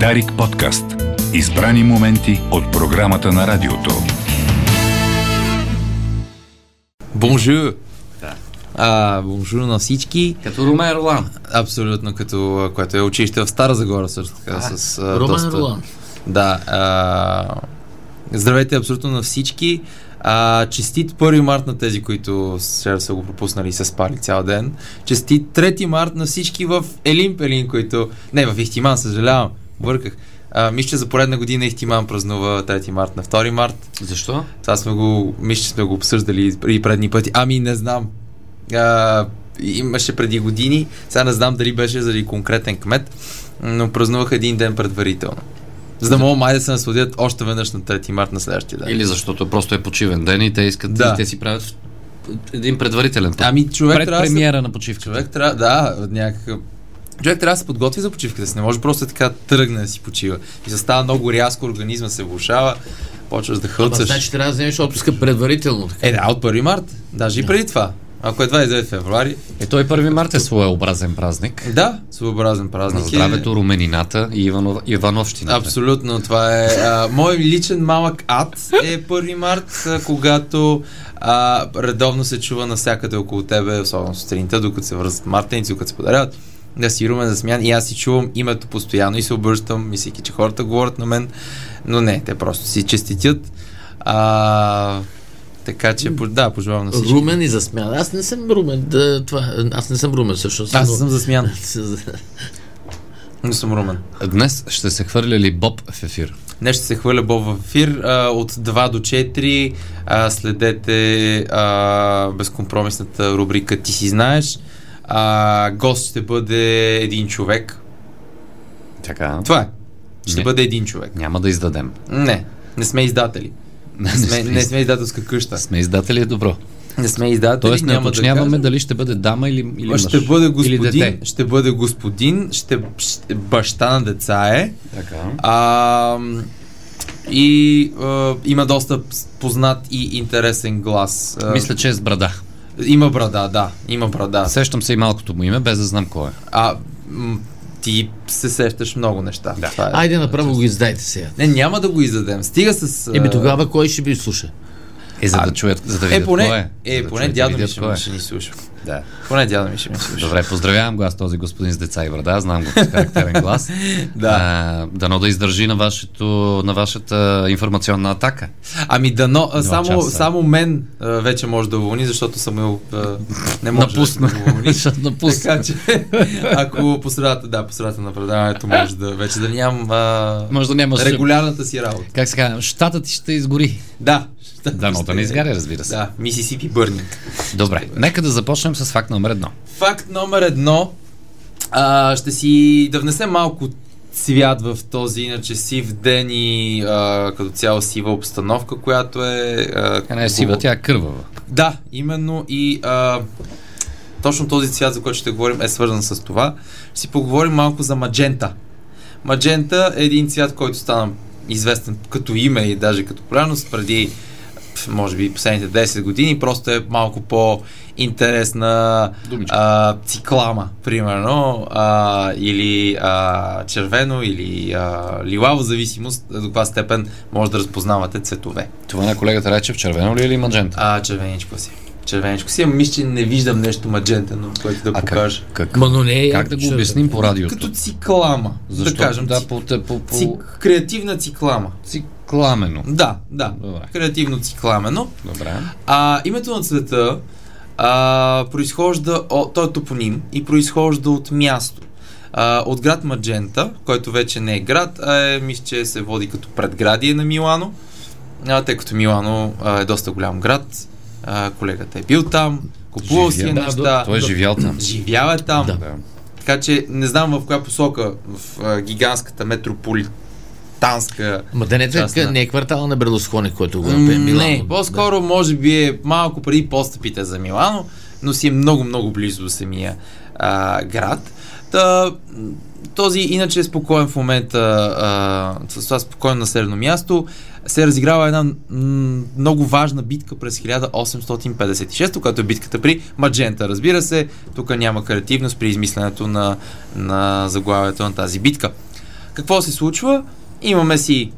Дарик подкаст. Избрани моменти от програмата на радиото. Бонжур! Да. А, бонжур на всички. Като Румен Ролан. Абсолютно като а, което е училище в Стара Загора също така. А, с, Роман Ролан. Да. А, здравейте абсолютно на всички. А, честит 1 март на тези, които вчера са го пропуснали и са спали цял ден. Честит 3 март на всички в Елин Пелин, които... Не, в Ихтиман, съжалявам. Бърках. А, мисля, че за поредна година Ихтиман празнува 3 март на 2 март. Защо? Това сме го, мисля, че сме го обсъждали и предни пъти. Ами, не знам. А, имаше преди години, сега не знам дали беше заради конкретен кмет, но празнувах един ден предварително. За да мога май да се насладят още веднъж на 3 март на следващия ден. Или защото просто е почивен ден и те искат Да. да. и те си правят един предварителен път. Ами, човек пред трябва да се- премиера на почивка. Човек трябва, да, някакъв... Човек трябва да се подготви за почивката си, не може просто така тръгне да си почива. И се става много рязко, организма се влушава, почваш да Ама хълцаш. значи трябва да вземеш отпуска предварително. Така. Е, да, от 1 март, даже и преди това. Ако е 29 февруари, Е, той 1 март е своеобразен празник. да, Е, своеобразен На празник. е. здравето, руменината и Иванов, Ивановщината. Абсолютно, това е. А, мой личен малък ад е 1 март, а, когато а, редовно се чува навсякъде около тебе, особено сутринта, докато се връзват мартеници, докато се подаряват. Да си румен за смян и аз си чувам името постоянно и се обръщам, мислейки, че хората говорят на мен, но не, те просто си честитят. А, така че, по- да, пожелавам на всички. Румен и засмян. Аз не съм румен. Да, това, аз не съм румен всъщност. Аз но- съм за смян, но съм румен. Днес ще се хвърля ли Боб в ефир? Днес ще се хвърля Боб в ефир а, от 2 до 4. А, следете а, безкомпромисната рубрика Ти си знаеш. А, гост ще бъде един човек. Така. Това е. Ще Не. бъде един човек. Няма да издадем. Не, не сме издатели. Не, Не сме, не изд- сме издателска къща. сме издатели е добро. Не сме издатели. Тоест не няма да уточняваме кажем. дали ще бъде дама или, или мъж. ще бъде Или господин, дете. ще бъде господин, ще, ще баща на деца е. Така. А, м, и а, има доста с- познат и интересен глас. А, Мисля, че е с брада. Има брада, да. Има брада. Сещам се и малкото му име, без да знам кой е. А, м, ти се сещаш много неща. Да. Това е. Айде направо го издайте сега. Не, няма да го издадем. Стига с... а, Еми тогава кой ще ви слуша? Е, за да чуят, за да видят Е, кой поне, е. е, За да поне чуят и дядо ми видят ще, кой е. ще ни слуша. Да. Поне дядо ми ще ни слуша. Добре, поздравявам го аз този господин с деца и брада. Знам го с характерен глас. Да. А, дано да издържи на, вашето, на вашата информационна атака. Ами дано, а, само, часа. само мен а, вече може да уволни, защото Самуил а, не може Напусна. да уволни. Защото напусна. Така че, ако по средата, да, по средата на предаването може да вече да нямам а, Може да нямаш... регулярната си работа. Как се казва? Щата ти ще изгори. Да. Да, но да не изгаря, разбира се. Да, Мисисипи Бърни. Добре, нека да започнем с факт номер едно. Факт номер едно. А, ще си да внесем малко цвят в този иначе сив ден и а, като цяло сива обстановка, която е... А, Тя не е сива, тя е кървава. Да, именно и а, точно този цвят, за който ще говорим, е свързан с това. Ще си поговорим малко за маджента. Маджента е един цвят, който стана известен като име и даже като популярност преди пф, може би последните 10 години, просто е малко по-интересна Думичка. а, циклама, примерно, а, или а, червено, или а, лилаво, в зависимост до каква степен може да разпознавате цветове. Това на колегата Райчев червено ли е или маджента? А, червеничко си. Червеничко си. Ама мисля, че не виждам нещо маджента, но което да покажа. как, Ма, но не е как да го яко, човек. обясним по радиото? Като циклама. Защо? Да кажем. да, ци- по, по, по, по... ци- креативна циклама. цикламено. Да, да. Добре. Креативно цикламено. Добре. А, името на цвета а, произхожда, от, той е топоним и произхожда от място. А, от град Маджента, който вече не е град, а е, мисля, че се води като предградие на Милано, а, тъй като Милано а, е доста голям град. А, колегата е бил там, купувал си е Живя- да, неща, Той е живял там. живял е там. Да. Да. Така че не знам в коя посока в а, гигантската метрополитанска Ма да не, е Частна. така, не е квартала на Берлоскони, който го М, направи Милано. Не, по-скоро може би е малко преди постъпите за Милано, но си е много-много близо до самия а, град. Та, м, този иначе е спокоен в момента, а, с това спокойно населено място, се разиграва една м, много важна битка през 1856, която е битката при Маджента. Разбира се, тук няма креативност при измисленето на, на заглавието на тази битка. Какво се случва? Имаме си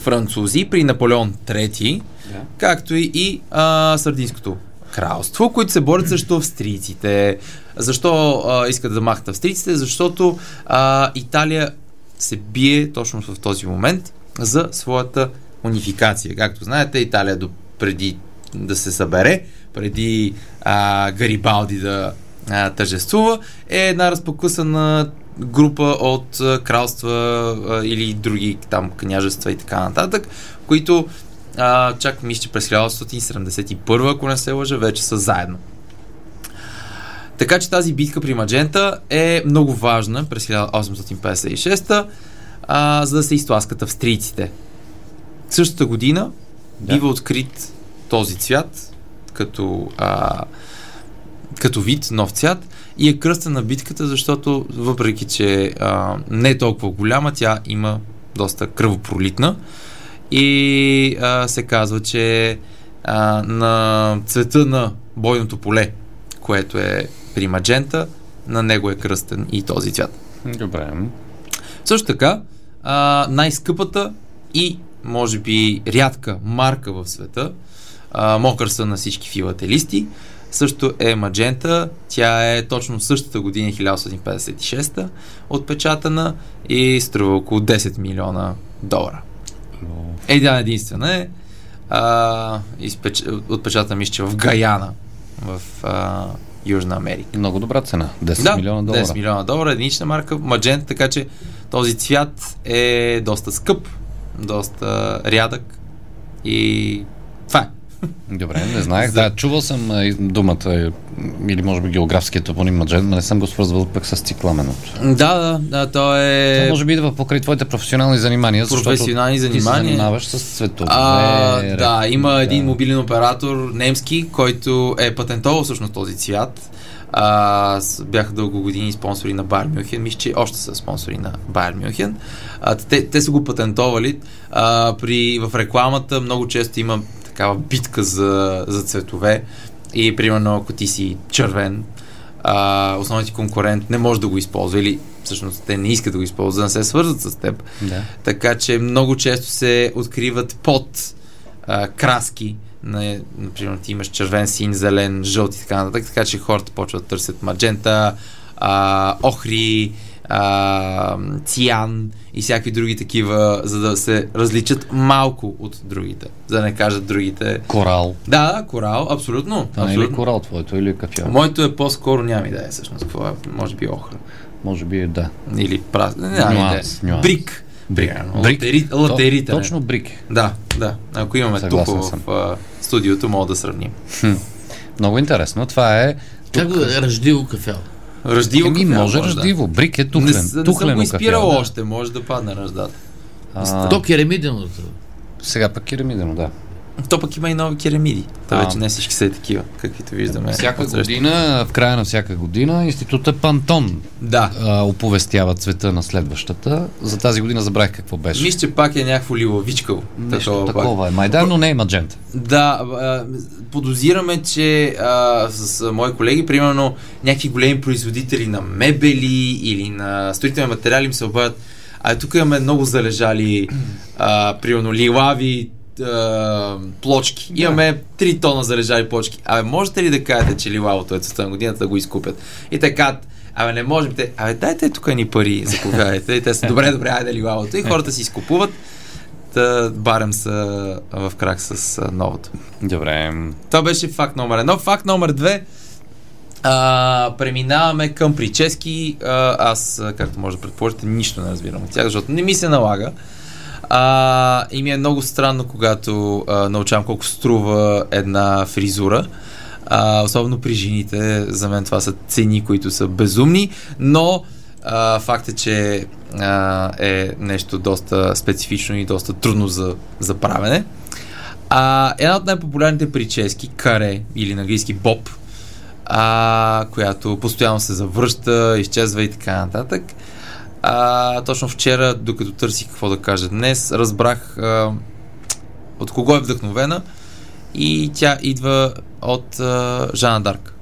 французи при Наполеон III, Да. както и, и а, Сърдинското кралство, които се борят срещу австрийците. Защо а, искат да махат австрийците? Защото а, Италия се бие точно в този момент за своята унификация. Както знаете, Италия до преди да се събере, преди а, Гарибалди да а, тържествува, е една разпокъсана група от а, кралства а, или други там княжества и така нататък, които а, чак мисля, че през 1971, ако не се лъжа, вече са заедно. Така че тази битка при Маджента е много важна през 1856, а, за да се изтласкат австрийците. Същата година Да. бива открит този цвят, като, а, като вид, нов цвят, и е кръста на битката, защото въпреки, че а, не е толкова голяма, тя има доста кръвопролитна и а, се казва, че а, на цвета на бойното поле, което е при Маджента, на него е кръстен и този цвят. Добре. Също така, а, най-скъпата и, може би, рядка марка в света, а, мокър са на всички филателисти, също е Маджента. Тя е точно същата година, 1856, отпечатана и струва около 10 милиона долара. Една единствена е. А, изпеч... Отпечатана мисля, че в Гаяна, в а, Южна Америка. Много добра цена. 10 Да, милиона долара. 10 милиона долара, единична марка, маджент, така че този цвят е доста скъп, доста рядък и това е. Добре, не знаех. Да, чувал съм а, и думата е, или може би географския топоним Маджен, но не съм го свързвал пък с цикламеното. Да, да, да, то Е, е... може би идва покрай твоите професионални занимания, защото Професионални ти занимания. се занимаваш с цветове. А, да, рекли, има един да. мобилен оператор немски, който е патентовал всъщност този цвят. А, с- бяха дълго години спонсори на Бар Мюнхен. Мисля, че още са спонсори на Бар Мюнхен. А, те, те са го патентовали. А, при, в рекламата много често има такава битка за, за цветове. И примерно, ако ти си червен, а, основният ти конкурент не може да го използва или всъщност те не искат да го използват, за да не се свързват с теб. Да. Така че много често се откриват под а, краски. На, например, ти имаш червен, син, зелен, жълт и така нататък. Така че хората почват да търсят маджента, а, охри, а, циан и всякакви други такива, за да се различат малко от другите. За да не кажат другите. Корал. Да, да, корал, абсолютно. Това не е ли абсолютно. корал твоето или кафяво? Моето е по-скоро, няма идея всъщност какво е, може би охра. Може би е да. Или праз... Не, нямам Нюанс, идея. нюанс. Брик. Примерно. Брик. Латери- То- латерита, не. Точно брик. Да, да. Ако имаме Съгласен тук съм. в а, студиото, мога да сравним. Много интересно. Това е... Как го е ръждило кафял? Ръждиво Еми, кафяво, може да. ръждиво. Брик е Не, тухлен. с- не съм тухлено го изпирал кафяво. още, може да падне ръждата. А, То керемиденото. Сега пък керамидено, да. То пък има и нови керамиди. Та А. вече не всички са и такива, каквито виждаме. Всяка отсреща. година, в края на всяка година, института Пантон Да. а, оповестява цвета на следващата. За тази година забравих какво беше. Мисля, че пак е някакво лилавичкаво. Нещо Такова пак. такова е. Май да, но не е маджента. Да, а, подозираме, че а, с а, мои колеги, примерно някакви големи производители на мебели или на строителни материали им се обадят. А тук имаме много залежали, а, примерно лилави а, плочки. Да. Имаме 3 тона залежали плочки. Абе, можете ли да кажете, че лилавото е цвета на годината да го изкупят? И така, абе не можем те, абе дайте тук ни пари, заповядайте. И те са, добре, добре, айде лилавото. И хората си изкупуват. Та барем са в крак с а, новото. Добре. Това беше факт номер едно. Факт номер две. А, преминаваме към прически. А, аз, а, както може да предположите, нищо не разбирам от тях, защото не ми се налага. А, и ми е много странно, когато а, научавам колко струва една фризура. А, особено при жените. За мен това са цени, които са безумни. Но а, факт е, че а, е нещо доста специфично и доста трудно за, за правене. А, една от най-популярните прически, каре или на английски боб, а, която постоянно се завръща, изчезва и така нататък. А, точно вчера, докато търсих какво да кажа днес, разбрах а, от кого е вдъхновена и тя идва от а, Жана Дарк.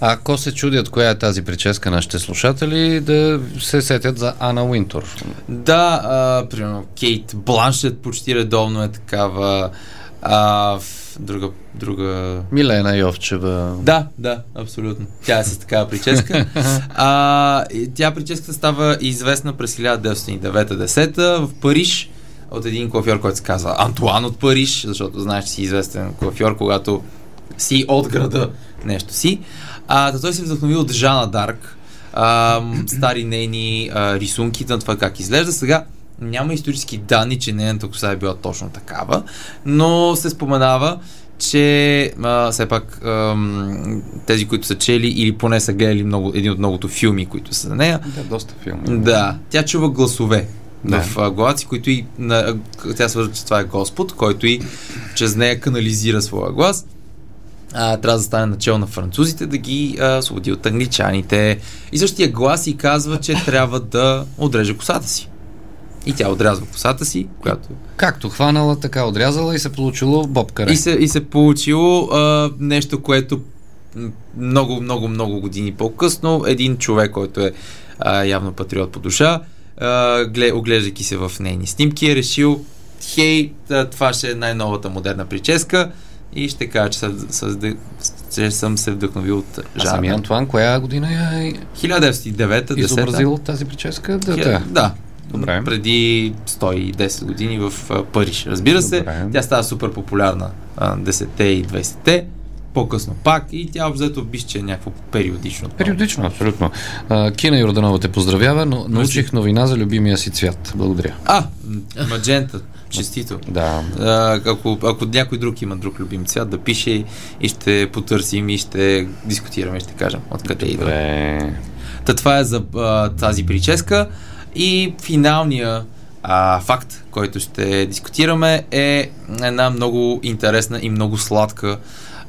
Ако се чудят коя е тази прическа, нашите слушатели да се сетят за Ана Уинтор. Да, а, примерно Кейт Бланшет почти редовно е такава. А, в друга, друга... Милена Йовчева. Да, да, абсолютно. Тя е с такава прическа. А, и тя прическата става известна през 1909-10 в Париж от един кофьор, който се казва Антуан от Париж, защото знаеш, че си известен кофьор, когато си от града нещо си. А, та той се вдъхновил от Жана Дарк, а, стари нейни а, рисунки на това как изглежда. Сега няма исторически данни, че нейната коса е била точно такава, но се споменава, че а, все пак ам, тези, които са чели или поне са гледали много, един от многото филми, които са на нея, Да, доста филми. да, тя чува гласове Да. в а, главата си, които и на, тя свързва, че това е Господ, който и чрез нея канализира своя глас. А, трябва да стане начало на французите, да ги а, освободи от англичаните. И същия глас и казва, че трябва да отреже косата си. И тя отрязва косата си, която... Както хванала, така отрязала и се получило Боб Каре. И се, и се получило а, нещо, което м, много, много, много години по-късно един човек, който е а, явно патриот по душа, а, гле, оглеждайки се в нейни снимки, е решил хей, та- това ще е най-новата модерна прическа и ще кажа, че, съм- съм- че съм се вдъхновил от А сами Жана. Антуан, коя година я е 1909 изобразил тази прическа? Да, да. да. е. Добре. Преди 110 години в а, Париж. Разбира се, Добре. тя става супер популярна а, 10-те и 20-те, по-късно пак и тя обзето биш, че е някакво периодично. Периодично, абсолютно. А, Кина Йорданова те поздравява, но научих новина за любимия си цвят. Благодаря. А, м, маджента, честито. Да. А, ако, ако някой друг има друг любим цвят, да пише и ще потърсим и ще дискутираме, ще кажем откъде идва. Добре. Та това е за а, тази прическа. И финалния а, факт, който ще дискутираме е една много интересна и много сладка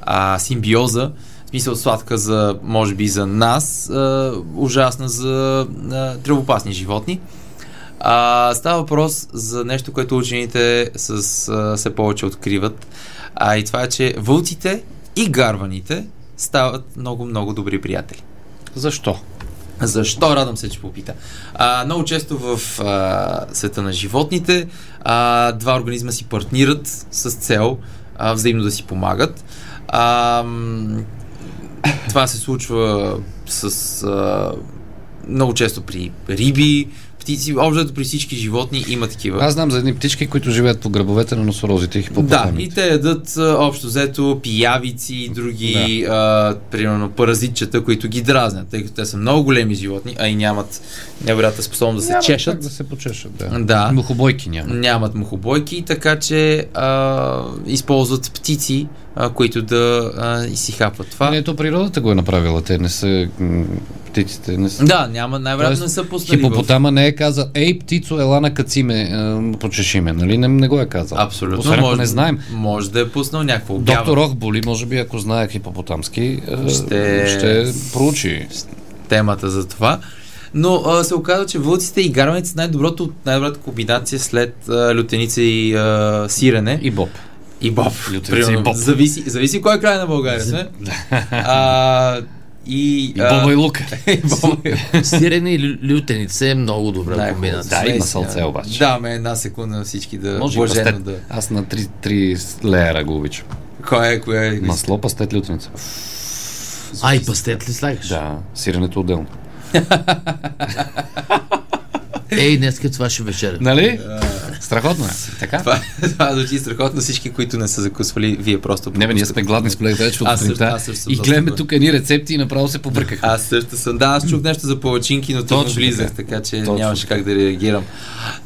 а, симбиоза. В смисъл сладка за, може би, за нас, а, ужасна за а, тревопасни животни. А, става въпрос за нещо, което учените с, а, се повече откриват. А и това е, че вълците и гарваните стават много-много добри приятели. Защо? Защо? Радвам се, че попита. А, много често в а, света на животните а, два организма си партнират с цел а, взаимно да си помагат. А, м, това се случва с а, много често при риби, птици, общо при всички животни има такива. Аз знам за едни птички, които живеят по гръбовете на носорозите и Да, хипопотамите. и те ядат а, общо взето пиявици и други, да. а, примерно паразитчета, които ги дразнят, тъй като те са много големи животни, а и нямат невероятна способност да се Няма чешат. как да се почешат, да. Да. Мухобойки няма. Нямат мухобойки, така че а, използват птици, а, които да а, и си хапват това. Не, ето природата го е направила. Те не са м, птиците. Не са... Да, няма, най-вероятно не Тоест, са пуснали в... Хипопотама не е казал, ей, птицо, ела на кациме, е, почеши ме, нали? Не, не го е казал. Абсолютно. Освен ако може, не знаем. Може да е пуснал някакво Доктор Доктор... Охболи, може би, ако знае хипопотамски, е, Ще- ще проучи. темата за това. Но а, се оказва, че вълците и гарваните са най-доброто, най-добрата комбинация след а, лютеница и а, сирене. И Боб. И Боб. Лютеница Примерно, и Боб. Зависи, зависи кой е край на България. сме. а, и, И Боба и Лука. и Боба и Сирене и лю- лютеница е много добра Да, е комбинация. хубаво. Да, има Смесия. салце обаче. Даме една секунда на всички да Може и блажено пастет. да... Аз на три, три леера го обичам. Кой е, кой е? Масло, пастет, лютеница. А, и пастет ли слагаш? Да, сиренето отделно. Ей, днес е това ще вечеря. Нали? Страхотно е. Така? Това, това звучи страхотно. Всички, които не са закусвали, вие просто... Не, бе, ние сме пропускате. гладни с колегата вече от Аз също- сутринта. аз също съм И доста гледаме гладен. тук едни рецепти и направо се побъркахме. Аз също съм. Да, аз чух нещо за палачинки, но точно Точно влизах, така. така че Точно нямаше как да реагирам.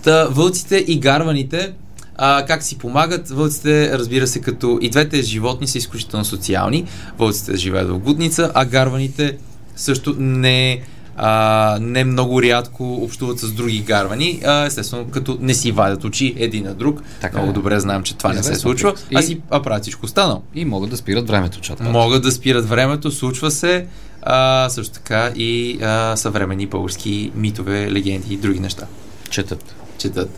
Та, вълците и гарваните, а, как си помагат? Вълците, разбира се, като и двете животни са изключително социални. Вълците живеят в гудница, а гарваните също не а, не много рядко общуват с други гарвани, а, естествено, като не си вадят очи един на друг. Така много е. добре знаем, че това не се Известен случва, факт. а И- си а правят всичко останало. И могат да спират времето, чата. Могат да спират времето, случва се. А, също така и а, съвременни български митове, легенди и други неща Четат. четат.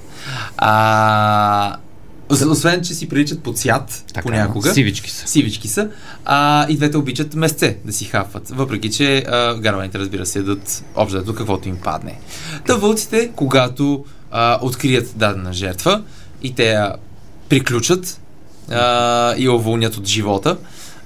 А, Ос- Освен, че си приличат по цвят Така, е, понякога. Сивички са. Сивички са. А, и двете обичат месце да си хапват. Въпреки, че а, гарваните, разбира се, ядат общо взето каквото им падне. Та вълците, когато а, открият дадена жертва и те я приключат а, и я уволнят от живота,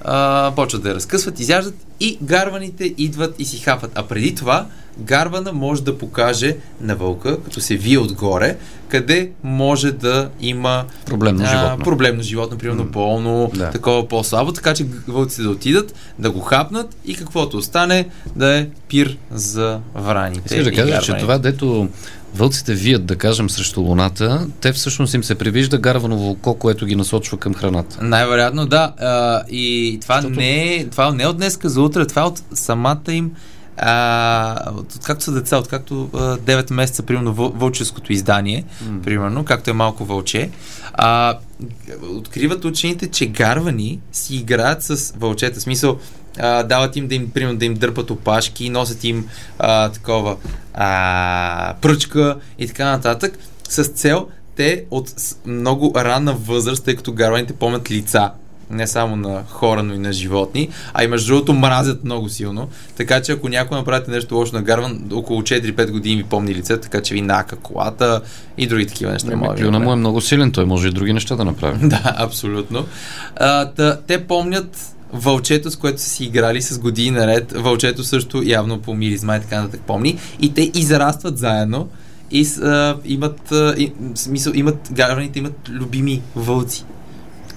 а, почват да я разкъсват, изяждат и гарваните идват и си хапват. А преди това гарвана може да покаже на вълка, като се вие отгоре, къде може да има Проблемно животно. проблемно животно, примерно болно, Да. такова по-слабо, така че вълците да отидат, да го хапнат и каквото остане да е пир за враните. Искаш да и кажеш, че гарваните. това, дето вълците вият, да кажем, срещу луната, те всъщност им се привижда гарвано вълко, което ги насочва към храната. Най-вероятно, да. А, и това, не е, това не е от днеска за утре, това е от самата им. А, от, от както са деца, откакто а, 9 месеца, примерно, въл, вълческото издание, mm. примерно, както е малко вълче, а, откриват учените, че гарвани си играят с вълчета. В смисъл, а, дават им да им, примерно, да им дърпат опашки, носят им а, такова а, пръчка и така нататък, с цел те от с- много рана възраст, тъй като гарваните помнят лица, не само на хора, но и на животни, а и между другото мразят много силно, така че ако някой направите нещо лошо на гарван, около 4-5 години ви помни лице, така че ви нака колата и други такива неща. може да Е. ви Клюна направи. му е много силен, той може и други неща да направи. Да, абсолютно. А, та, те помнят вълчето, с което са си играли с години наред. Вълчето също явно по миризма и така нататък помни. И те израстват заедно и с, а, имат, а, и, в смисъл, имат, гарваните имат любими вълци,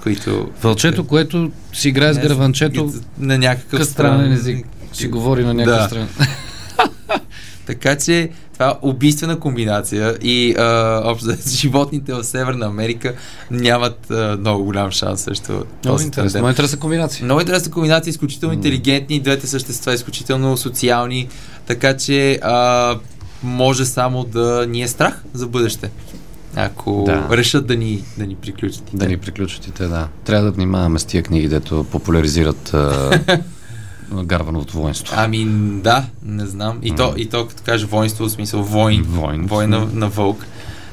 които... Вълчето, което си играе с Не, гърванчето, На някакъв къс странен език. Си говори на някаква Да. страна. Така че това е убийствена комбинация и а, общо взето, животните в Северна Америка нямат а, много голям шанс също. Много този интересно. тандем. Много интересна комбинация. Много интересна комбинация, изключително интелигентни, двете същества, изключително социални, така че а, може само да ни е страх за бъдеще, ако Да. да. решат да ни, да ни приключат. Да ни приключат и те, да. Трябва да внимаваме с тия книги, дето популяризират а, гарваното воинство. Ами да, не знам. И то, и то като каже воинство, в смисъл войн, Войн. война на вълк.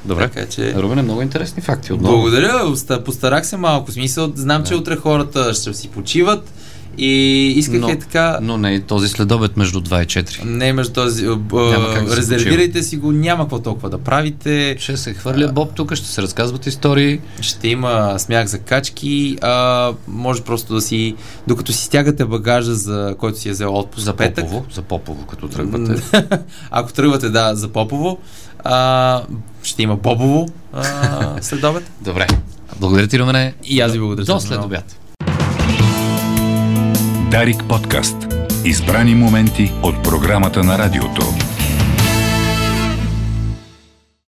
Добре. Така че... Рубене, много интересни факти отново. Благодаря, оста- постарах се малко. В Смисъл, знам, че утре хората ще си почиват и исках Но- е така... Но не и този следобед между 2 и 4. Не между този... а, б- Няма как да се резервирайте си го, няма какво толкова да правите. Ще се хвърля Боб тук, ще се разказват истории. Ще има смях за качки. А, може просто да си, докато си стягате багажа, за който си е взел отпуск За петък. Попово, за Попово, като тръгвате. Ако тръгвате, да, за Попово, а, ще има Бобово а, след обед. Добре. Благодаря ти, Румене. И аз ви благодаря. До че след ме обяд. Дарик подкаст. Избрани моменти от програмата на радиото.